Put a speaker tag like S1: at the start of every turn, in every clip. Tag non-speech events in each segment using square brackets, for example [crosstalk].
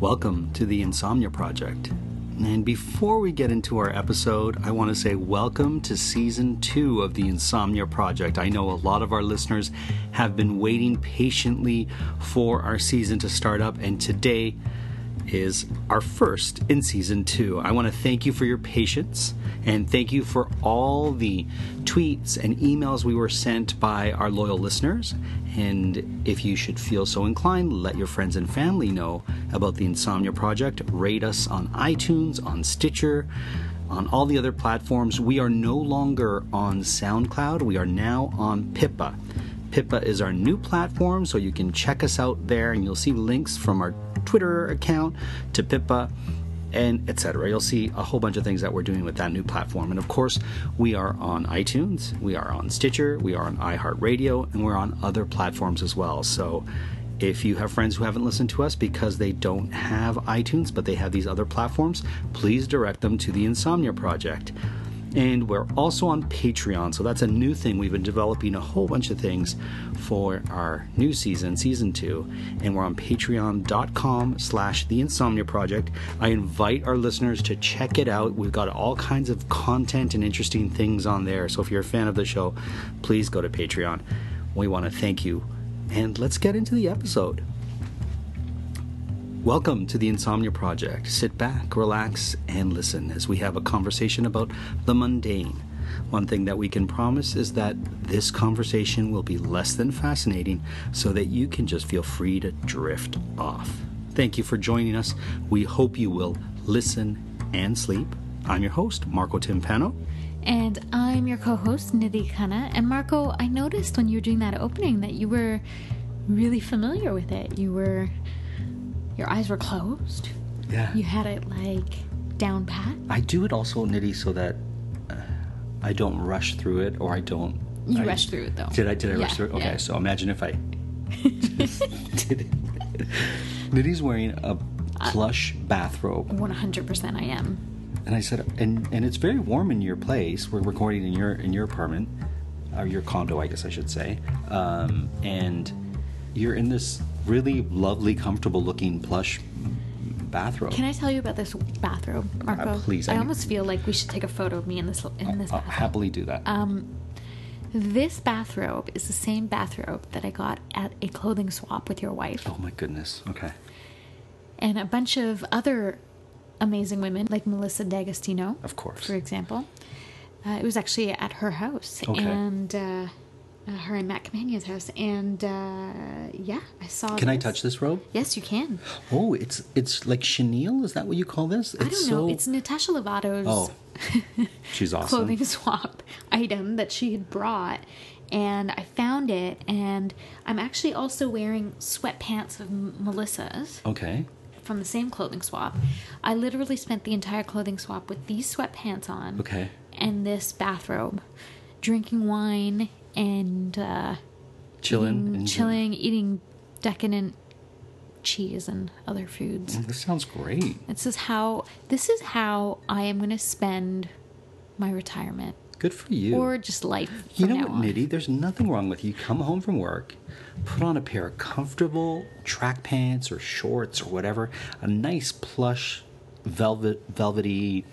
S1: Welcome to the Insomnia Project. And before we get into our episode, I want to say welcome to season two of the Insomnia Project. I know a lot of our listeners have been waiting patiently for our season to start up, and today is our first in season two. I want to thank you for your patience and thank you for all the tweets and emails we were sent by our loyal listeners. And if you should feel so inclined, let your friends and family know about the Insomnia Project. Rate us on iTunes, on Stitcher, on all the other platforms. We are no longer on SoundCloud, we are now on Pippa. Pippa is our new platform, so you can check us out there and you'll see links from our Twitter account to Pippa and etc. You'll see a whole bunch of things that we're doing with that new platform. And of course, we are on iTunes, we are on Stitcher, we are on iHeartRadio, and we're on other platforms as well. So if you have friends who haven't listened to us because they don't have iTunes but they have these other platforms, please direct them to the Insomnia Project. And we're also on Patreon. So that's a new thing. We've been developing a whole bunch of things for our new season, season two. And we're on patreon.com slash the insomnia project. I invite our listeners to check it out. We've got all kinds of content and interesting things on there. So if you're a fan of the show, please go to Patreon. We want to thank you. And let's get into the episode. Welcome to the Insomnia Project. Sit back, relax, and listen as we have a conversation about the mundane. One thing that we can promise is that this conversation will be less than fascinating so that you can just feel free to drift off. Thank you for joining us. We hope you will listen and sleep. I'm your host, Marco Timpano.
S2: And I'm your co host, Nidhi Khanna. And Marco, I noticed when you were doing that opening that you were really familiar with it. You were. Your eyes were closed.
S1: Yeah.
S2: You had it like down pat.
S1: I do it also, Nitty, so that uh, I don't rush through it or I don't.
S2: You
S1: I-
S2: rushed through it though.
S1: Did I? Did I rush
S2: Yeah,
S1: through it? Okay,
S2: yeah.
S1: so imagine
S2: [laughs]
S1: if I did it. Nitty's wearing
S2: Uh,
S1: a plush bathrobe,
S2: 100% I am.
S1: and I said, and and it's very warm in your place. We're recording in your in your apartment, or your condo, I guess I should say. Um, and you're in this really lovely, comfortable looking plush bathrobe.
S2: Can I tell you about this bathrobe, Marco?
S1: Uh, please,
S2: I,
S1: I- Uh,
S2: almost feel like we should take a photo of me in this in this
S1: I'll
S2: bathrobe. Um,
S1: happily do that.
S2: This bathrobe is the same bathrobe that I got at a clothing swap with your wife.
S1: oh my goodness. Okay.
S2: and a bunch of other amazing women, like Melissa D'Agostino,
S1: Of course.
S2: for example. Uh, it was actually at her house,
S1: Okay.
S2: and uh, uh, her and Matt Campagna's house, and uh, yeah, I saw.
S1: Can I touch this robe?
S2: Yes, you can.
S1: Oh, it's it's like chenille. Is that what you call this? It's
S2: I don't know. It's Natasha Lovato's
S1: oh, [laughs] she's awesome.
S2: clothing [laughs] swap item that she had brought, and I found it, and I'm actually also wearing sweatpants of M- Melissa's.
S1: Okay,
S2: from the same clothing swap. I literally spent the entire clothing swap with these sweatpants on.
S1: Okay.
S2: And this bathrobe, drinking wine and uh, mm, Mm-hmm.
S1: chilling, and
S2: chilling, eating decadent cheese and other foods.
S1: This sounds great.
S2: This is how this is how I am going to spend my retirement
S1: Good for you.
S2: or just life.
S1: you
S2: from
S1: know
S2: now
S1: what,
S2: on.
S1: Nitty? There's nothing wrong with you. Come home from work, put on a pair of comfortable track pants or shorts or whatever, a nice plush, velvet, velvety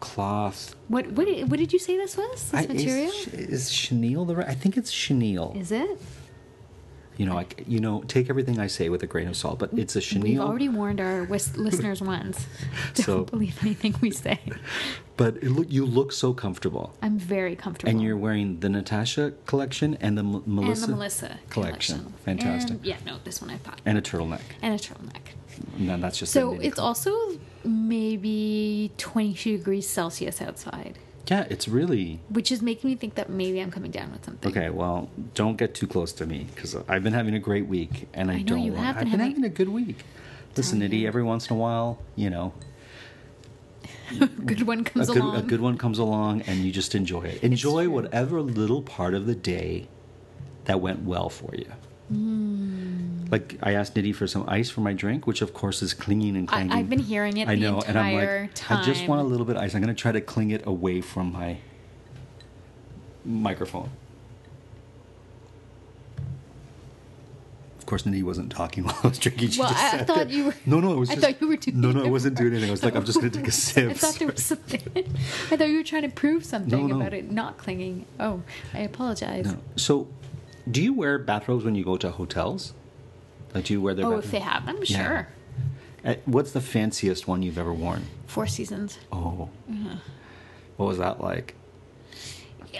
S1: cloth.
S2: What what did, what did you say this was? This
S1: I-
S2: material?
S1: is, is chenille the right? I think it's chenille.
S2: Is it?
S1: You know, I c you know, take everything I say with a grain of salt, but it's a chenille.
S2: Mm, We've already warned our wis- listeners once.
S1: [laughs]
S2: Don't
S1: So-
S2: believe anything we say.
S1: [laughs] But it look, you look so comfortable.
S2: I'm very comfortable.
S1: And you're wearing the Natasha collection and the M-
S2: and
S1: Melissa,
S2: the Melissa
S1: collection. Fantastic.
S2: And- yeah, no, this one I thought.
S1: And a turtleneck.
S2: And a turtleneck.
S1: And then that's just a
S2: So
S1: knitted
S2: it's
S1: col-
S2: also maybe 22 degrees Celsius outside,
S1: yeah. It's really
S2: which is making me think that maybe I'm coming down with something.
S1: okay. Well, don't get too close to me because I've been having a great week, and I,
S2: I know
S1: don't.
S2: you
S1: want,
S2: have been
S1: I've been
S2: having-
S1: having a good week. Listen,
S2: Telling
S1: Nitty,
S2: you.
S1: every once in a while, you know,
S2: Good one
S1: a
S2: comes
S1: good,
S2: along.
S1: a good one comes along and you just enjoy it. Enjoy
S2: true.
S1: whatever little part of the day that went well for you.
S2: Hmm.
S1: Like I asked Nitty for some ice for my drink, which of course is clinging and
S2: I- I've
S1: clanging.
S2: been hearing it
S1: I
S2: the
S1: know, and I'm
S2: entire
S1: like, I just
S2: time.
S1: want a little bit of ice. I'm going to try to cling it away from my microphone. Of course, Nitty wasn't talking [laughs] while I was drinking. She
S2: Well,
S1: just
S2: I- I
S1: sat
S2: thought
S1: there.
S2: you were-
S1: No, no, I was
S2: I
S1: just.
S2: thought you were doing
S1: No, no, I
S2: it.
S1: wasn't doing anything. I was like, I'm just going to take
S2: [laughs]
S1: a sip.
S2: I thought there was something. [laughs] I thought you were trying to prove something
S1: No, no.
S2: about it not clinging. Oh, I apologize.
S1: No. So, do you wear bathrobes when you go to hotels? Like, do you wear their
S2: Oh,
S1: bathrobes?
S2: if they have, I'm
S1: Yeah.
S2: sure.
S1: Uh, What's the fanciest one you've ever worn?
S2: Four seasons.
S1: Oh. What was that like?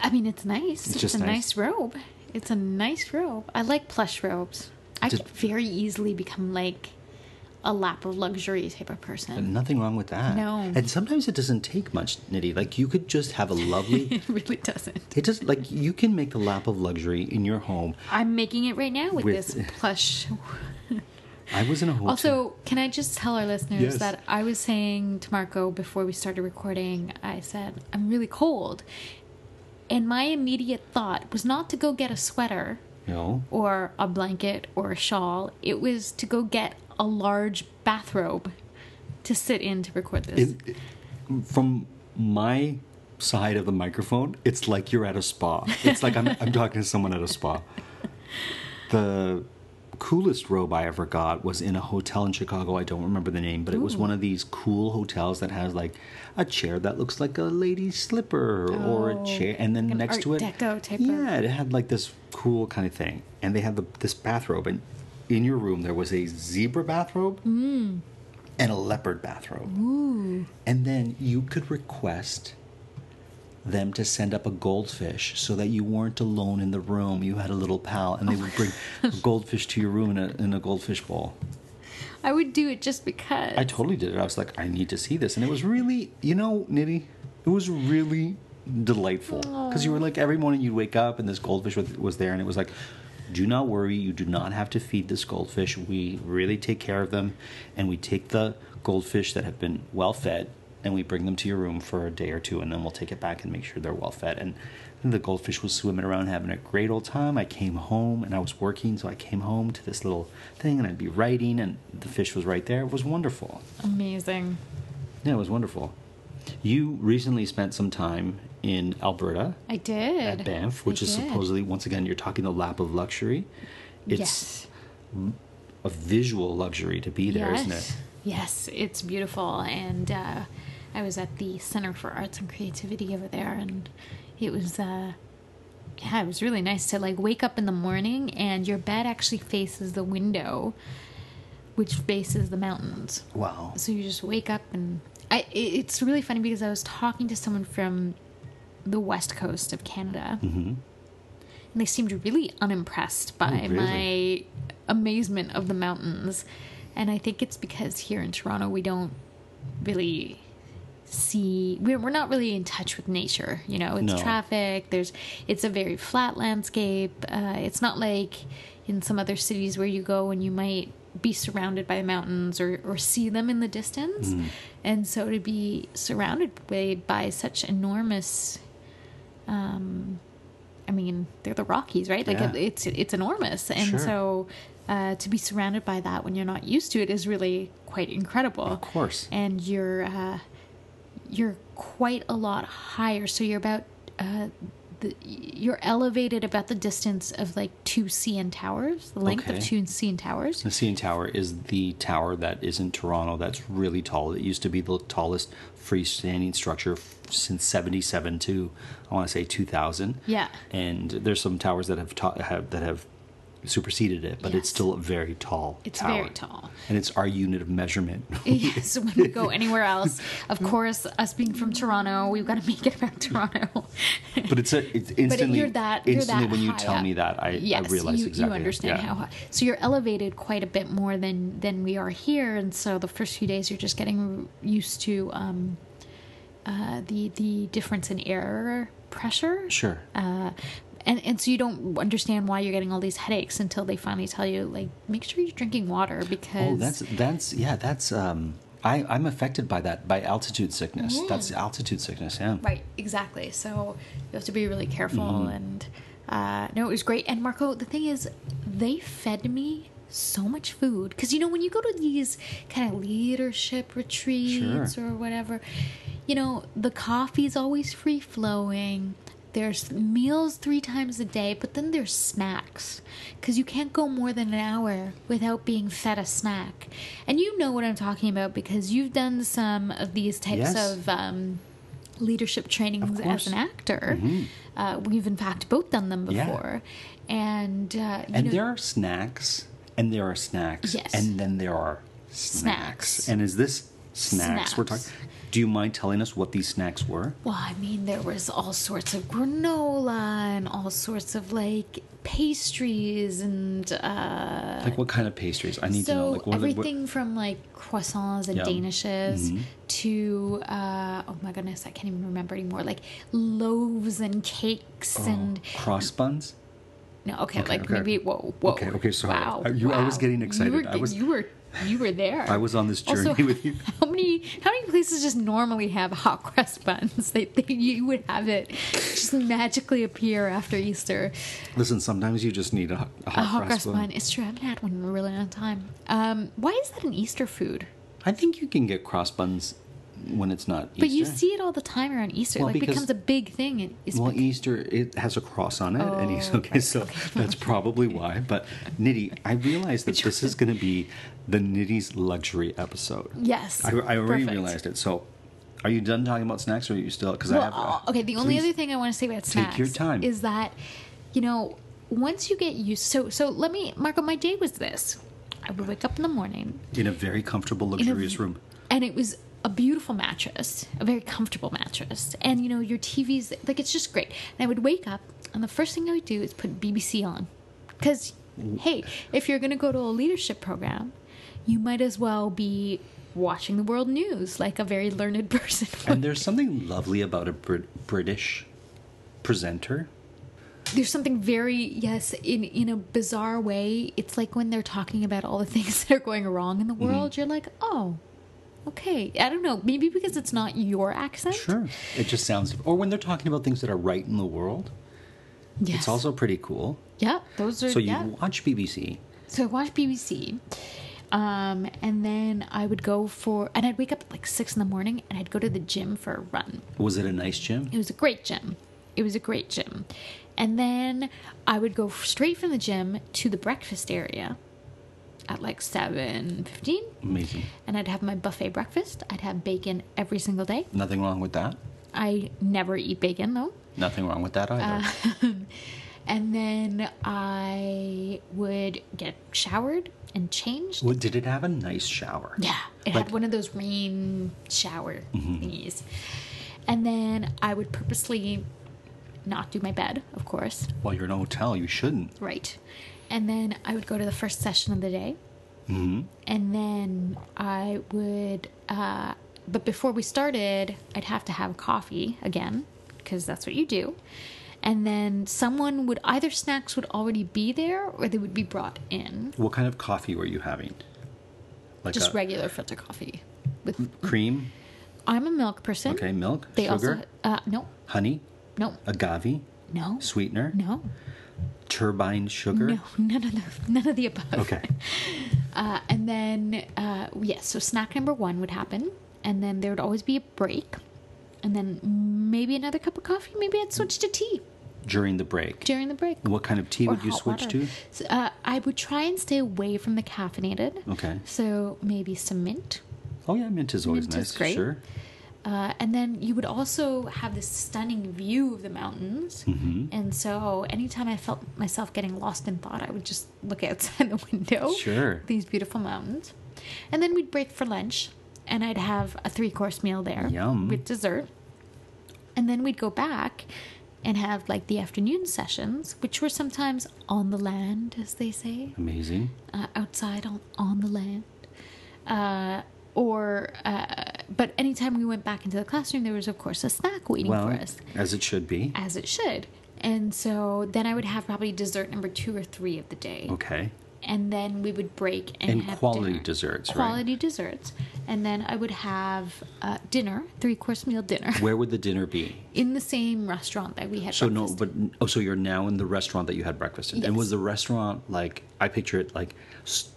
S2: I mean, it's nice. It's,
S1: just
S2: a
S1: nice.
S2: nice. robe. It's a nice robe. I like plush robes. I
S1: Did-
S2: could very easily become like a lap of luxury type of person.
S1: Nothing wrong with that.
S2: No.
S1: And sometimes it doesn't take much, Nitty. Like, you could just have a lovely.
S2: [laughs] [laughs] It really doesn't.
S1: it just, like, you can make the lap of luxury in your home.
S2: I'm making it right now with,
S1: With- [laughs]
S2: this plush.
S1: I was in a hotel.
S2: Also, can I just tell our listeners
S1: Yes.
S2: that I was saying to Marco before we started recording, I said, I'm really cold. And my immediate thought was not to go get a sweater
S1: You know?
S2: or a blanket or a shawl. It was to go get a large bathrobe to sit in to record this.
S1: It- from my side of the microphone, it's like you're at a spa. It's like I'm, I'm talking to someone at a spa. The coolest robe I ever got was in a hotel in Chicago. I don't remember the name, but it was one of these cool hotels that has like a chair that looks like a lady's slipper or a
S2: Oh,
S1: chair, and then
S2: like an
S1: next
S2: Art
S1: to it,
S2: Deco type of-
S1: yeah, it had like this cool kind of thing, and they had the, this bathrobe, and in your room there was a zebra bathrobe
S2: Mm.
S1: and a leopard bathrobe. And then you could request them to send up a goldfish so that you weren't alone in the room. You had a little pal, and they
S2: Oh
S1: would bring a goldfish to your room in a, in a goldfish bowl.
S2: I would do it just because.
S1: I totally did it. I was like, I need to see this. And it was really, you know, Nitty, it was really delightful. Because you were like, every morning you'd wake up and this goldfish was, was there, and it was like, do not worry, you do not have to feed this goldfish. We really take care of them, and we take the goldfish that have been well fed and we bring them to your room for a day or two, and then we'll take it back and make sure they're well fed. And the goldfish was swimming around having a great old time. I came home and I was working, so I came home to this little thing, and I'd be writing, and the fish was right there. It was wonderful.
S2: Amazing.
S1: Yeah, it was wonderful. You recently spent some time in Alberta
S2: I did.
S1: at Banff, which
S2: I
S1: is
S2: did.
S1: supposedly, once again, you're talking the lap of luxury. It's
S2: yes.
S1: a visual luxury to be there,
S2: yes.
S1: not it?
S2: Yes, it's beautiful. And uh, I was at the Center for Arts and Creativity over there, and it was. Uh, yeah, it was really nice to like wake up in the morning and your bed actually faces the window, which faces the mountains.
S1: Wow.
S2: So you just wake up and I. it- It's really funny because I was talking to someone from the west coast of Canada, and they seemed really unimpressed by
S1: Mm-hmm. Oh, really?
S2: my amazement of the mountains. And I think it's because here in Toronto we don't really see we're, we're not really in touch with nature you know it's
S1: No.
S2: traffic there's it's a very flat landscape uh, it's not like in some other cities where you go and you might be surrounded by mountains or, or see them in the distance
S1: Hmm.
S2: and so to be surrounded by, by such enormous um, I mean, they're the Rockies, right? Like
S1: Yeah.
S2: it's it's enormous, and
S1: Sure.
S2: so uh, to be surrounded by that when you're not used to it is really quite incredible. Of
S1: course.
S2: and you're uh, you're quite a lot higher, so you're about uh, the, you're elevated about the distance of like two CN towers, the length
S1: Okay.
S2: of two
S1: [laughs]
S2: CN towers.
S1: The CN Tower is the tower that is in Toronto that's really tall. It used to be the tallest freestanding structure f- since 77 to I want to say 2000.
S2: Yeah.
S1: And there's some towers that have, ta- have that have superseded it, but it's
S2: Yes.
S1: still a very tall
S2: It's
S1: tower.
S2: very tall.
S1: And it's our unit of
S2: [laughs]
S1: measurement. [laughs]
S2: yes, when we go anywhere else, of course, us being from Toronto, we've got to make it about Toronto. [laughs]
S1: but it's a it's instantly
S2: but you're that you're
S1: instantly
S2: that
S1: when you
S2: high
S1: tell
S2: up.
S1: me that I,
S2: yes,
S1: I realize
S2: you,
S1: exactly
S2: you understand
S1: yeah.
S2: how high. So you're elevated quite a bit more than than we are here, and so the first few days you're just getting used to um, uh, the the difference in air pressure.
S1: Sure.
S2: Uh, and, and so you don't understand why you're getting all these headaches until they finally tell you like make sure you're drinking water because
S1: Oh, that's that's yeah, that's um I, I'm affected by that by altitude sickness. That's altitude sickness, yeah.
S2: Right, exactly. So you have to be really careful. And uh, no, it was great. And Marco, the thing is, they fed me so much food because you know when you go to these kind of leadership retreats
S1: Sure.
S2: or whatever, you know the coffee's always free flowing. There's meals three times a day, but then there's snacks because you can't go more than an hour without being fed a snack. And you know what I'm talking about because you've done some of these types
S1: Yes.
S2: of um, leadership trainings
S1: course. Mm-hmm.
S2: as an actor. Uh, we've in fact both done them
S1: Yeah.
S2: before, and uh, you
S1: And
S2: know,
S1: there are snacks, and there are snacks,
S2: Yes.
S1: and then there are snacks.
S2: Snacks.
S1: And is this snacks, we're talking?
S2: Snacks.
S1: Do you mind telling us what these snacks were?
S2: well, I mean, there was all sorts of granola and all sorts of like pastries and uh,
S1: Like what kind of pastries? I need to know.
S2: so
S1: Like what are the- what-
S2: everything from like croissants and
S1: Yeah. Mm-hmm.
S2: danishes to uh, oh my goodness, I can't even remember anymore. Like loaves and cakes
S1: Oh.
S2: and
S1: cross buns?
S2: No, okay,
S1: Okay,
S2: like
S1: okay.
S2: maybe whoa, whoa.
S1: Okay, okay, sorry.
S2: Wow,
S1: Uh, you- I was
S2: wow.
S1: getting
S2: You were,
S1: excited. I
S2: get-
S1: was-
S2: you were, you were there.
S1: I was on this
S2: Also,
S1: journey with you.
S2: [laughs] How many, how many places just normally have hot [laughs] crust buns? They, they, you would have it just magically appear after Easter.
S1: Listen, sometimes you just need a, hot- a
S2: A
S1: hot,
S2: hot
S1: cross
S2: crust
S1: bun.
S2: bun. It's true. I haven't had one in a really long time. Um, why is that an Easter food?
S1: I think you can get cross buns when it's not Easter.
S2: But you see it all the time around Easter.
S1: Well,
S2: like it
S1: because-
S2: becomes a big thing. in Easter.
S1: Well, Easter it has a cross on it, and he's
S2: Oh,
S1: okay. So
S2: [laughs]
S1: that's probably why. But Nitty, I realize that this is going to be the Nitty's luxury episode.
S2: yes.
S1: I, I already
S2: Perfect.
S1: realized it. So, are you done talking about snacks, or are you still? Because I
S2: Well,
S1: have. uh,
S2: okay. The only
S1: please.
S2: other thing I want to say about snacks
S1: your time.
S2: is that you know once you get used. So so let me, Marco. My day was this: I would wake up in the morning,
S1: in a very comfortable,
S2: in a-
S1: luxurious room.
S2: and it was a beautiful mattress, a very comfortable mattress, and you know your TV's like it's just great. And I would wake up, and the first thing I would do is put BBC on, because hey, if you're gonna go to a leadership program, you might as well be watching the world news like a very learned [laughs] person.
S1: And there's something lovely about a Brit- British presenter.
S2: there's something very yes in in a bizarre way it's like when they're talking about all the [laughs] things that are going wrong in
S1: Mm-hmm.
S2: the world you're like oh okay i don't know maybe because it's not your accent
S1: it just sounds. Or when they're talking about things that are right in the world,
S2: yes.
S1: it's also pretty cool.
S2: yeah those are
S1: So you
S2: yeah.
S1: watch BBC.
S2: so i watched bbc um and then i would go for and i'd wake up at like six in the morning and i'd go to the gym for a run
S1: Was it a nice gym?
S2: It was a great gym. It was a great gym. And then I would go straight from the gym to the breakfast area at like 7:15
S1: Amazing.
S2: and I'd have my buffet breakfast. I'd have bacon every single day.
S1: Nothing wrong with that.
S2: I never eat bacon though.
S1: Nothing wrong with that either.
S2: Uh. And then I would get showered and changed.
S1: Well, did it have a nice shower?
S2: Yeah, it
S1: Like-
S2: had one of those rain shower thingies. And then I would purposely not do my bed, of course.
S1: Well, you're in a hotel. You shouldn't.
S2: Right. And then I would go to the first session of the day. Mm-hmm. And then I would, uh, but before we started, I'd have to have coffee again, because that's what you do. And then someone would, either snacks would already be there or they would be brought in.
S1: What kind of coffee were you having? Like
S2: Just
S1: a
S2: regular filter coffee. With,
S1: cream?
S2: I'm a milk person.
S1: Okay, milk,
S2: They
S1: sugar,
S2: also, uh, no,
S1: honey,
S2: no,
S1: agave,
S2: no,
S1: sweetener,
S2: no,
S1: turbine sugar.
S2: no, none of the, none of the above. [laughs]
S1: Okay.
S2: Uh, and then, uh, yes, so snack number one would happen, and then there would always be a break, and then maybe another cup of coffee. Maybe I'd switch to tea
S1: During the break.
S2: during the break.
S1: what kind of tea
S2: or
S1: would you
S2: hot
S1: switch
S2: water.
S1: to?
S2: So, uh, I would try and stay away from the caffeinated.
S1: Okay.
S2: So maybe some mint.
S1: Oh yeah, mint is always
S2: Mint
S1: nice.
S2: is great.
S1: Sure.
S2: Uh, and then you would also have this stunning view of the mountains.
S1: Mm-hmm.
S2: And so anytime I felt myself getting lost in thought, I would just look outside [laughs] the window.
S1: Sure.
S2: These beautiful mountains. And then we'd break for lunch, and I'd have a three course meal there
S1: Yum.
S2: with dessert. And then we'd go back and have like the afternoon sessions, which were sometimes on the land, as they say
S1: Amazing.
S2: uh, outside on, on the land. Uh, or, uh, but anytime we went back into the classroom, there was, of course, a snack waiting
S1: Well,
S2: for us,
S1: as it should be.
S2: as it should. And so then I would have probably dessert number two or three of the day.
S1: Okay.
S2: And then we would break and,
S1: And
S2: have
S1: quality
S2: dinner.
S1: desserts, right?
S2: Quality desserts. And then I would have uh, dinner, three course meal dinner, [laughs]
S1: Where would the dinner be?
S2: in the same restaurant that we had.
S1: So
S2: breakfast.
S1: no, but oh, so you're now in the restaurant that you had breakfast in, and was
S2: Yes.
S1: the restaurant like I picture it like s-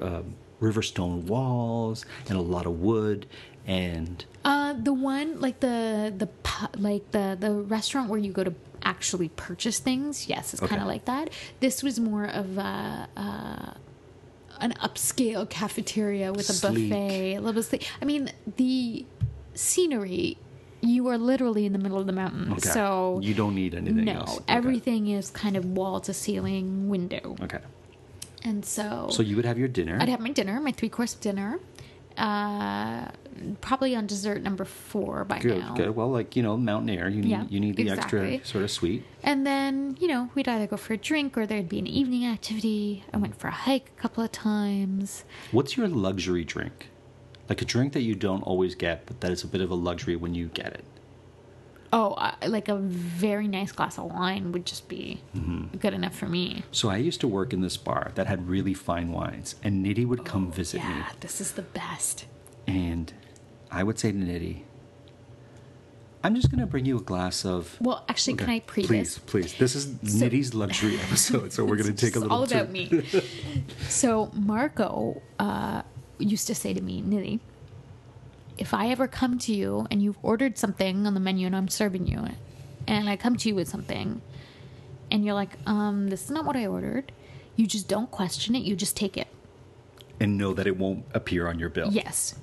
S1: uh, river stone walls and a lot of wood and
S2: Uh, the one like the the pu- like the the restaurant where you go to actually purchase things. Yes, it's kind
S1: Okay.
S2: of like that. This was more of a. Uh, an upscale cafeteria with a
S1: Sleek.
S2: buffet, a little bit sleek. I mean, the scenery, you are literally in the middle of the mountain.
S1: Okay.
S2: Oh, So
S1: You don't need anything
S2: no,
S1: else. Okay.
S2: everything is kind of wall to ceiling window.
S1: okay.
S2: And so
S1: So you would have your dinner.
S2: I'd have my dinner, my three course dinner, uh, probably on dessert number four by
S1: good,
S2: now.
S1: good. Well, like you know, mountain air. You
S2: Yeah,
S1: need, you need the
S2: exactly.
S1: extra sort of sweet.
S2: And then, you know, we'd either go for a drink or there'd be an evening activity. I went for a hike a couple of times.
S1: What's your luxury drink? Like a drink that you don't always get, but that is a bit of a luxury when you get it.
S2: Oh, uh, like a very nice glass of wine would just be
S1: Mm-hmm.
S2: good enough for me.
S1: So I used to work in this bar that had really fine wines, and Nitty would come visit me.
S2: Oh, Yeah, this is the best.
S1: And I would say to Nitty, I'm just going to bring you a glass of.
S2: Well, actually, can I pre
S1: please,
S2: this?
S1: please. This is Nitty's
S2: [laughs]
S1: luxury episode, so we're going to take a
S2: It's
S1: little.
S2: all about
S1: turn. [laughs]
S2: me. so Marco uh, used to say to me, Nitty, if I ever come to you and you've ordered something on the menu and I'm serving you it, and I come to you with something and you're like, um, this is not what I ordered, you just don't question it, you just take it.
S1: and know that it won't appear on your bill.
S2: Yes.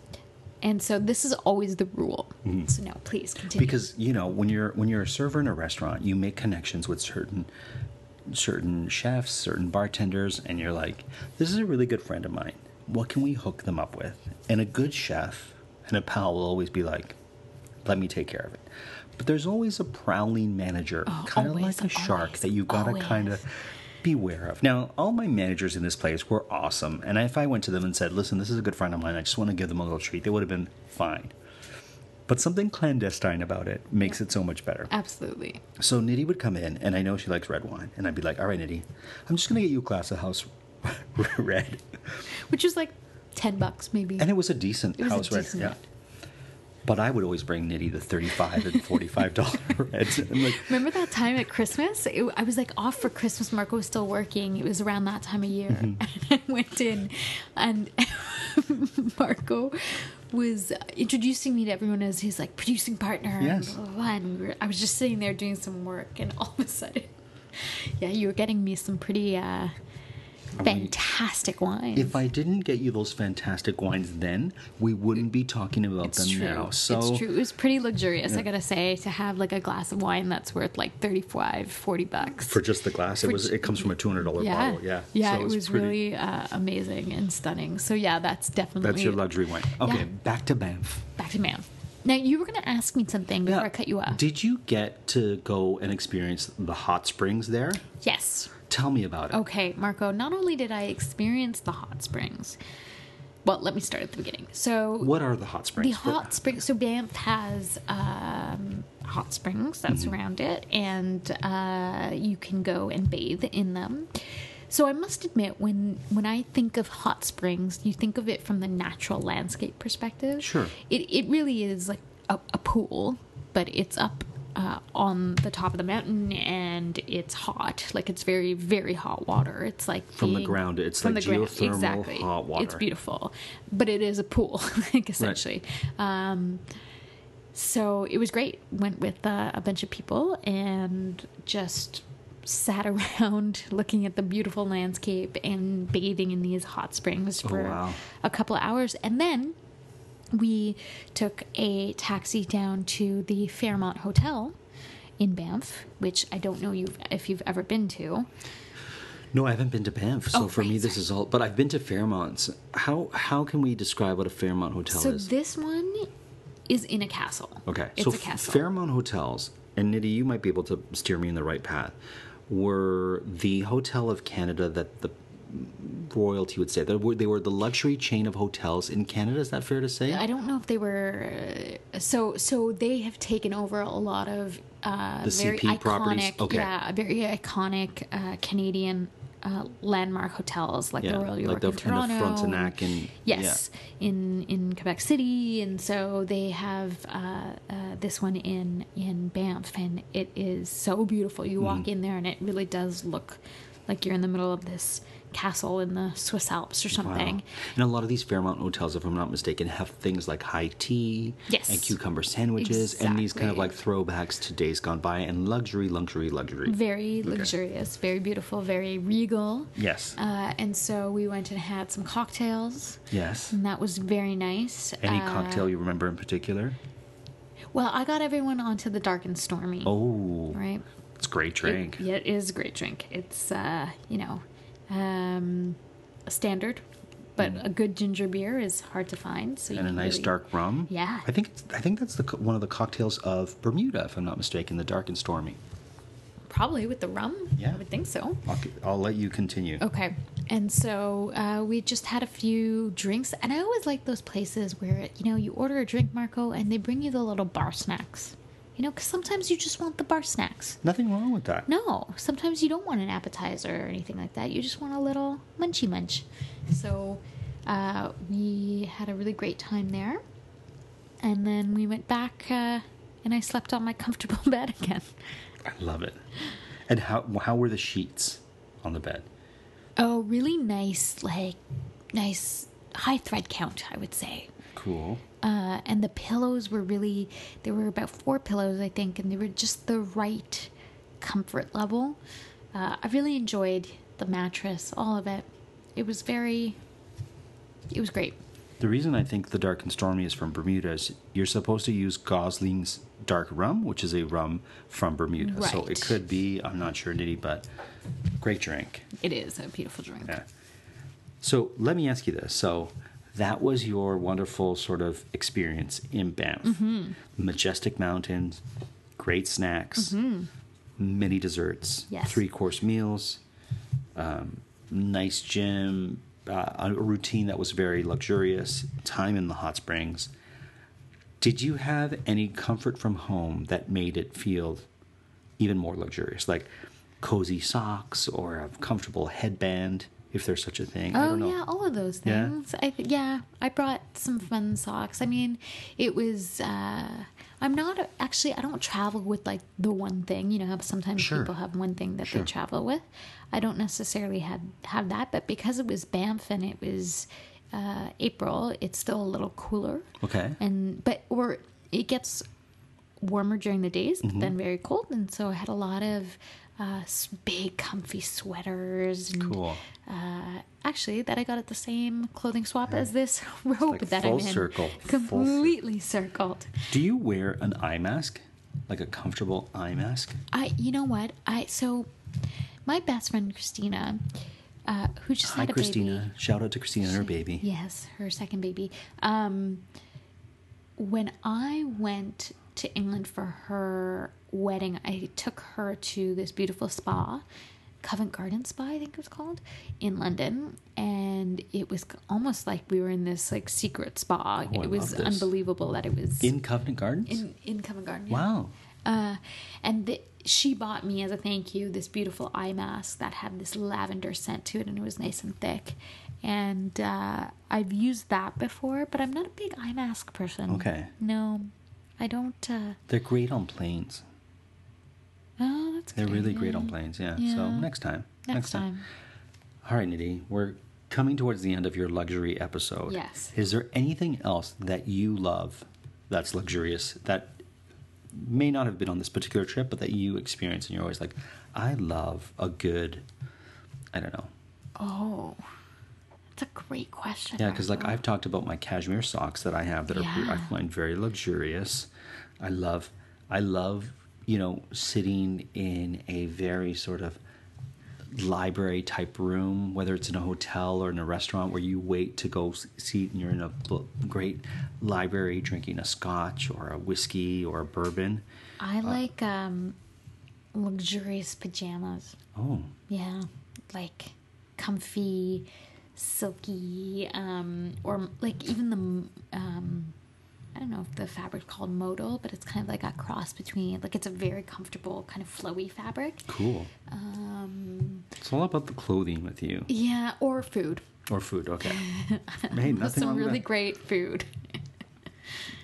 S2: And so this is always the rule.
S1: Mm-hmm.
S2: So now please continue.
S1: because you know when you're when you're a server in a restaurant you make connections with certain certain chefs certain bartenders and you're like this is a really good friend of mine what can we hook them up with and a good chef and a pal will always be like let me take care of it but there's always a prowling manager kind of
S2: Oh, always,
S1: like a shark
S2: always,
S1: that you gotta
S2: always.
S1: kind of beware of now all my managers in this place were awesome and if i went to them and said listen this is a good friend of mine i just want to give them a little treat they would have been fine but something clandestine about it makes it so much better.
S2: Uh, Absolutely.
S1: So Nitty would come in, and I know she likes red wine, and I'd be like, "All right, Nitty, I'm just gonna get you a glass of house [laughs] red,"
S2: Which is like 10 bucks maybe.
S1: and it was a decent
S2: It was a
S1: house red,
S2: decent
S1: yeah.
S2: red.
S1: But I would always bring Nitty the thirty-five and forty-five dollar [laughs] reds. And like,
S2: Remember that time at Christmas? It, I was like off for Christmas. Marco was still working. It was around that time of year.
S1: Mm-hmm.
S2: [laughs] And I went in, and [laughs] Marco was introducing me to everyone as his like producing partner.
S1: Yes.
S2: And, blah, blah, blah. and we were, I was just sitting there doing some work, and all of a sudden, [laughs] yeah, you were getting me some pretty uh, fantastic wine.
S1: if I didn't get you those fantastic wines then, we wouldn't be talking about
S2: it's
S1: them
S2: true.
S1: now. So
S2: it's true. It was pretty luxurious, I gotta say, to have like a glass of wine that's worth like 35, 40 bucks.
S1: for just the glass, it
S2: For
S1: was
S2: ju-
S1: it comes from a two hundred dollar
S2: yeah.
S1: bottle. Yeah,
S2: Yeah,
S1: So
S2: it was,
S1: pretty-
S2: really uh, amazing and stunning. So yeah, that's definitely
S1: That's your luxury wine. Okay,
S2: Yeah.
S1: back to Banff.
S2: Back to man. Now you were gonna ask me something before I cut you off.
S1: Did you get to go and experience the hot springs there?
S2: yes.
S1: Tell me about it.
S2: Okay, Marco. Not only did I experience the hot springs, well, let me start at the beginning. So
S1: What are the hot
S2: the
S1: springs?
S2: hot springs. So Banff has um, hot springs that's
S1: Mm-hmm.
S2: around it, and uh, you can go and bathe in them. So I must admit, when when I think of hot springs, you think of it from the natural landscape perspective.
S1: Sure.
S2: It it really is like a, a pool, but it's up. Uh, on the top of the mountain, and it's hot. Like it's very, very hot water. It's like
S1: From the
S2: being-
S1: ground, it's
S2: from
S1: like
S2: the ground.
S1: geothermal
S2: exactly.
S1: hot water.
S2: It's beautiful, but it is a pool, [laughs] like essentially. Um, so it was great. Went with uh, a bunch of people and just sat [laughs] around looking at the beautiful landscape and bathing in these hot springs for
S1: Oh, wow.
S2: a couple of hours, and then we took a taxi down to the Fairmont Hotel in Banff, which I don't know you've, if you've ever been to.
S1: No, I haven't been to Banff, so
S2: Oh,
S1: for me
S2: right,
S1: this is all. But I've been to Fairmonts. How how can we describe what a Fairmont hotel
S2: So
S1: is?
S2: this one is in a castle.
S1: okay,
S2: it's
S1: so
S2: a castle.
S1: Fairmont hotels, and Nitty, you might be able to steer me in the right path. Were the hotel of Canada that the royalty would say they were, they were the luxury chain of hotels in Canada. Is that fair to say?
S2: I don't know if they were uh, so so they have taken over a lot of uh,
S1: The
S2: very
S1: CP
S2: iconic,
S1: properties? Okay.
S2: yeah, very iconic uh, Canadian uh, landmark hotels like
S1: Yeah,
S2: the Royal
S1: like
S2: York
S1: the-
S2: in
S1: and the
S2: Toronto,
S1: Frontenac and-
S2: yes, in in Quebec City, and so they have uh, uh, this one in in Banff, and it is so beautiful. You
S1: Mm-hmm.
S2: walk in there, and it really does look like you're in the middle of this castle in the Swiss Alps or
S1: Wow.
S2: something.
S1: And a lot of these Fairmont hotels, if I'm not mistaken, have things like high tea
S2: Yes.
S1: and cucumber sandwiches and these kind of like throwbacks to days gone by and luxury, luxury, luxury.
S2: very luxurious, very beautiful, very regal.
S1: Yes.
S2: Uh, and so we went and had some cocktails,
S1: yes.
S2: and that was very nice.
S1: Any
S2: Uh,
S1: cocktail you remember in particular?
S2: Well, I got everyone onto the dark and stormy.
S1: Oh,
S2: right.
S1: it's a great drink.
S2: Yeah, it is a great drink. It's uh, you know, um, standard, but a good ginger beer is hard to find. So you
S1: Mm. And a
S2: can
S1: nice
S2: really-
S1: dark rum.
S2: Yeah.
S1: I think it's, I think that's the co- one of the cocktails of Bermuda, if I'm not mistaken, the dark and stormy.
S2: probably with the rum.
S1: Yeah.
S2: I would think so.
S1: I'll, I'll let you continue.
S2: Okay. And so uh, we just had a few drinks. And I always like those places where, you know, you order a drink, Marco, and they bring you the little bar snacks. You know, because sometimes you just want the bar snacks.
S1: Nothing wrong with that.
S2: No, sometimes you don't want an appetizer or anything like that. You just want a little munchy munch. So uh, we had a really great time there. And then we went back uh, and I slept on my [laughs] comfortable bed again.
S1: I love it. And how how were the sheets on the bed?
S2: Oh, really nice, like, nice high thread count, I would say.
S1: Cool.
S2: uh, and the pillows were really there were about four pillows i think and they were just the right comfort level uh, i really enjoyed the mattress all of it it was very it was great
S1: The reason I think the dark and stormy is from Bermuda is you're supposed to use Gosling's dark rum, which is a rum from Bermuda. So
S2: Right.
S1: it could be, I'm not sure, Nitty, but great drink.
S2: it is a beautiful drink
S1: Yeah. So let me ask you this. So that was your wonderful sort of experience in Banff. Majestic mountains, great snacks, many desserts,
S2: Yes.
S1: three course meals, um, nice gym, uh, a routine that was very luxurious, time in the hot springs. Did you have any comfort from home that made it feel even more luxurious, like cozy socks or a comfortable headband, if there's such a thing. I
S2: Oh
S1: don't know.
S2: yeah, all of those
S1: Yeah?
S2: things. I th- yeah, I brought some fun socks. I mean, it was. Uh, I'm not a- actually. I don't travel with like the one thing. You know, how sometimes
S1: Sure.
S2: people have one thing that
S1: Sure.
S2: they travel with. I don't necessarily had have that, but because it was Banff and it was uh, April, it's still a little cooler.
S1: Okay.
S2: And but or it gets warmer during the days, but
S1: Mm-hmm.
S2: then very cold, and so I had a lot of uh, s- big, comfy sweaters. And,
S1: cool.
S2: uh, actually that I got at the same clothing swap as this [laughs] robe
S1: like
S2: that
S1: full
S2: I'm in.
S1: circle. Full cir-
S2: Completely circled.
S1: Do you wear an eye mask? Like a comfortable eye mask?
S2: I you know what? I so my best friend Christina, uh, who just
S1: Hi,
S2: had a
S1: Christina.
S2: baby.
S1: Shout out to Christina and her baby.
S2: Yes, her second baby. Um, when I went to England for her wedding, I took her to this beautiful spa, Covent Garden Spa, I think it was called, in London, and it was almost like we were in this like secret spa.
S1: Oh, I
S2: it was
S1: love this.
S2: unbelievable that it was
S1: In Covent Gardens?
S2: in, in Covent Garden. yeah.
S1: wow.
S2: Uh, and th- she bought me as a thank you this beautiful eye mask that had this lavender scent to it, and it was nice and thick. And uh, I've used that before, but I'm not a big eye mask person.
S1: Okay.
S2: No, I don't. Uh,
S1: They're great on planes.
S2: oh, that's
S1: They're
S2: good
S1: really great
S2: idea.
S1: on planes, yeah. So
S2: Yeah.
S1: next time.
S2: Next, time.
S1: All right, Nidhi, we're coming towards the end of your luxury episode.
S2: Yes.
S1: Is there anything else that you love that's luxurious that may not have been on this particular trip, but that you experience and you're always like, I love a good, I don't know,
S2: Oh, That's a great question.
S1: Yeah, because like I've talked about my cashmere socks that I have that are I
S2: Yeah.
S1: find very luxurious. I love, I love, you know, sitting in a very sort of library type room, whether it's in a hotel or in a restaurant where you wait to go s- seat and you're in a bu- great library drinking a scotch or a whiskey or a bourbon. uh,
S2: I like um, luxurious pajamas.
S1: Oh,
S2: Yeah, like comfy, silky, um, or like even the um, I don't know if the fabric called modal, but it's kind of like a cross between like it's a very comfortable kind of flowy fabric.
S1: cool.
S2: Um,
S1: It's all about the clothing with you
S2: yeah, or food.
S1: or food.
S2: [laughs]
S1: Okay. Hey, nothing
S2: Some
S1: wrong
S2: really
S1: with that.
S2: great food.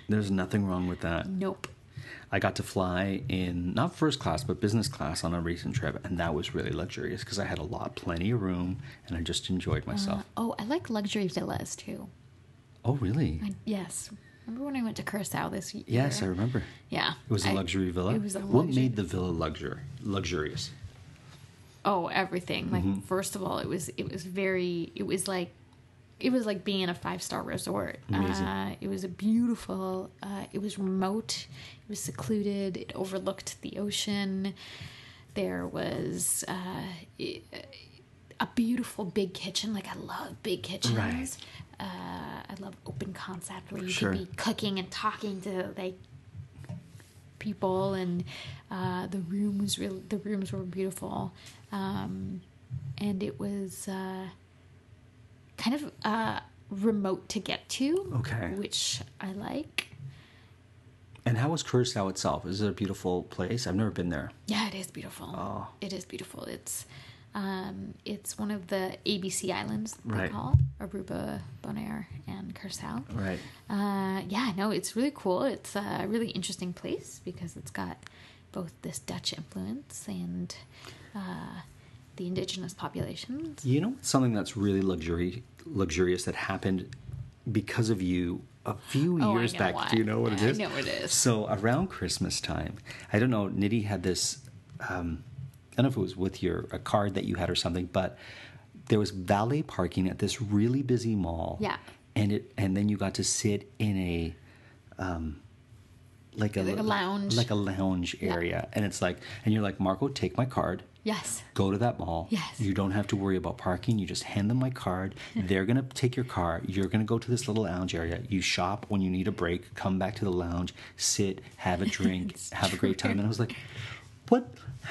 S1: There's nothing wrong with that.
S2: Nope.
S1: I got to fly in not first class but business class on a recent trip, and that was really luxurious because I had a lot, plenty of room, and I just enjoyed myself.
S2: Oh, I like luxury villas too.
S1: oh, really?
S2: I, yes. Remember when I went to Curacao this year?
S1: yes, I remember.
S2: Yeah.
S1: It was a
S2: I-
S1: luxury villa.
S2: It was a
S1: what
S2: luxury-
S1: made the villa luxur- luxurious?
S2: oh everything like
S1: Mm-hmm.
S2: first of all it was it was very it was like it was like being in a five star resort
S1: Amazing.
S2: Uh, it was a beautiful uh, it was remote it was secluded it overlooked the ocean there was uh, i- a beautiful big kitchen like i love big kitchens
S1: Right.
S2: uh, i love open concept where you
S1: Sure.
S2: could be cooking and talking to like people and uh, the room was real the rooms were beautiful um, and it was uh, kind of uh, remote to get to
S1: Okay.
S2: which i like
S1: And how was Curacao itself? Is it a beautiful place? I've never been there.
S2: yeah it is beautiful
S1: Oh.
S2: it is beautiful it's um, it's one of the abc islands they
S1: Right.
S2: call it, aruba bonaire and curacao
S1: Right.
S2: Uh, yeah, no, it's really cool. It's a really interesting place because it's got both this Dutch influence and uh, the indigenous populations.
S1: You know what's something that's really luxury luxurious that happened because of you a few
S2: Oh, I
S1: years
S2: know
S1: back.
S2: what-
S1: Do you know what it
S2: I
S1: is?
S2: know what it is.
S1: So around Christmas time, I don't know. Nitty had this. Um, I don't know if it was with your a card that you had or something, but there was valet parking at this really busy mall.
S2: Yeah.
S1: And it and then you got to sit in a um, like a
S2: Like a lounge.
S1: like a lounge area, and it's like and you're like Marco, take my card
S2: Yes.
S1: go to that mall.
S2: Yes.
S1: You don't have to worry about parking. You just hand them my
S2: [laughs]
S1: card. They're going to take your car. You're going to go to this little lounge area. You shop when you need a break, come back to the lounge, sit, have a
S2: [laughs]
S1: drink, have a great time. And I was like, what?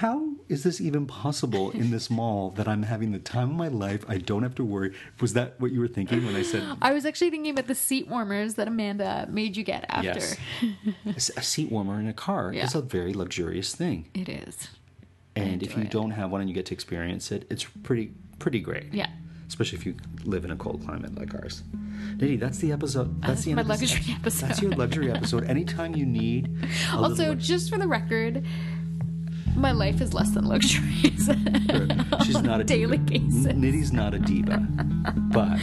S1: How is this even possible in this mall that I'm having the time of my life? I don't have to worry. Was that what you were thinking when I said
S2: I was actually thinking about the seat warmers that Amanda made you get [gasps] after. [laughs]
S1: yes? a seat warmer in a car is
S2: Yeah.
S1: a very luxurious thing.
S2: It is.
S1: and if
S2: enjoy
S1: you
S2: it.
S1: don't have one and you get to experience it, it's pretty pretty great.
S2: Yeah.
S1: especially if you live in a cold climate like ours. Nitty, that's the episode. That's, the end
S2: my
S1: of this
S2: luxury episode.
S1: That's your luxury episode. Anytime you
S2: [laughs]
S1: need. a little
S2: Also,
S1: lux-
S2: just for the record, my life is less than luxurious.
S1: she's not a
S2: [laughs] daily
S1: diva.
S2: basis.
S1: Nitty's not a diva, but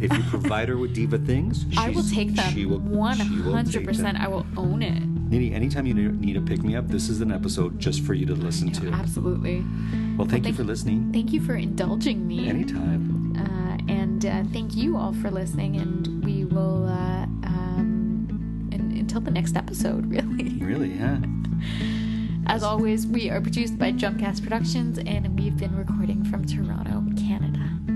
S1: if you provide her with diva things, she's,
S2: [laughs] I will take them.
S1: She will.
S2: One
S1: she will take
S2: hundred percent.
S1: them.
S2: I will own it.
S1: Nitty, anytime you need need a pick me up, this is an episode just for you to listen to.
S2: Absolutely.
S1: Well, thank you
S2: thank-
S1: for listening.
S2: Thank you for indulging me.
S1: Anytime.
S2: uh, and uh, thank you all for listening and we will uh, um, and, until the next episode [laughs] really
S1: Really, yeah.
S2: as always we are produced by jumpcast productions and we've been recording from toronto canada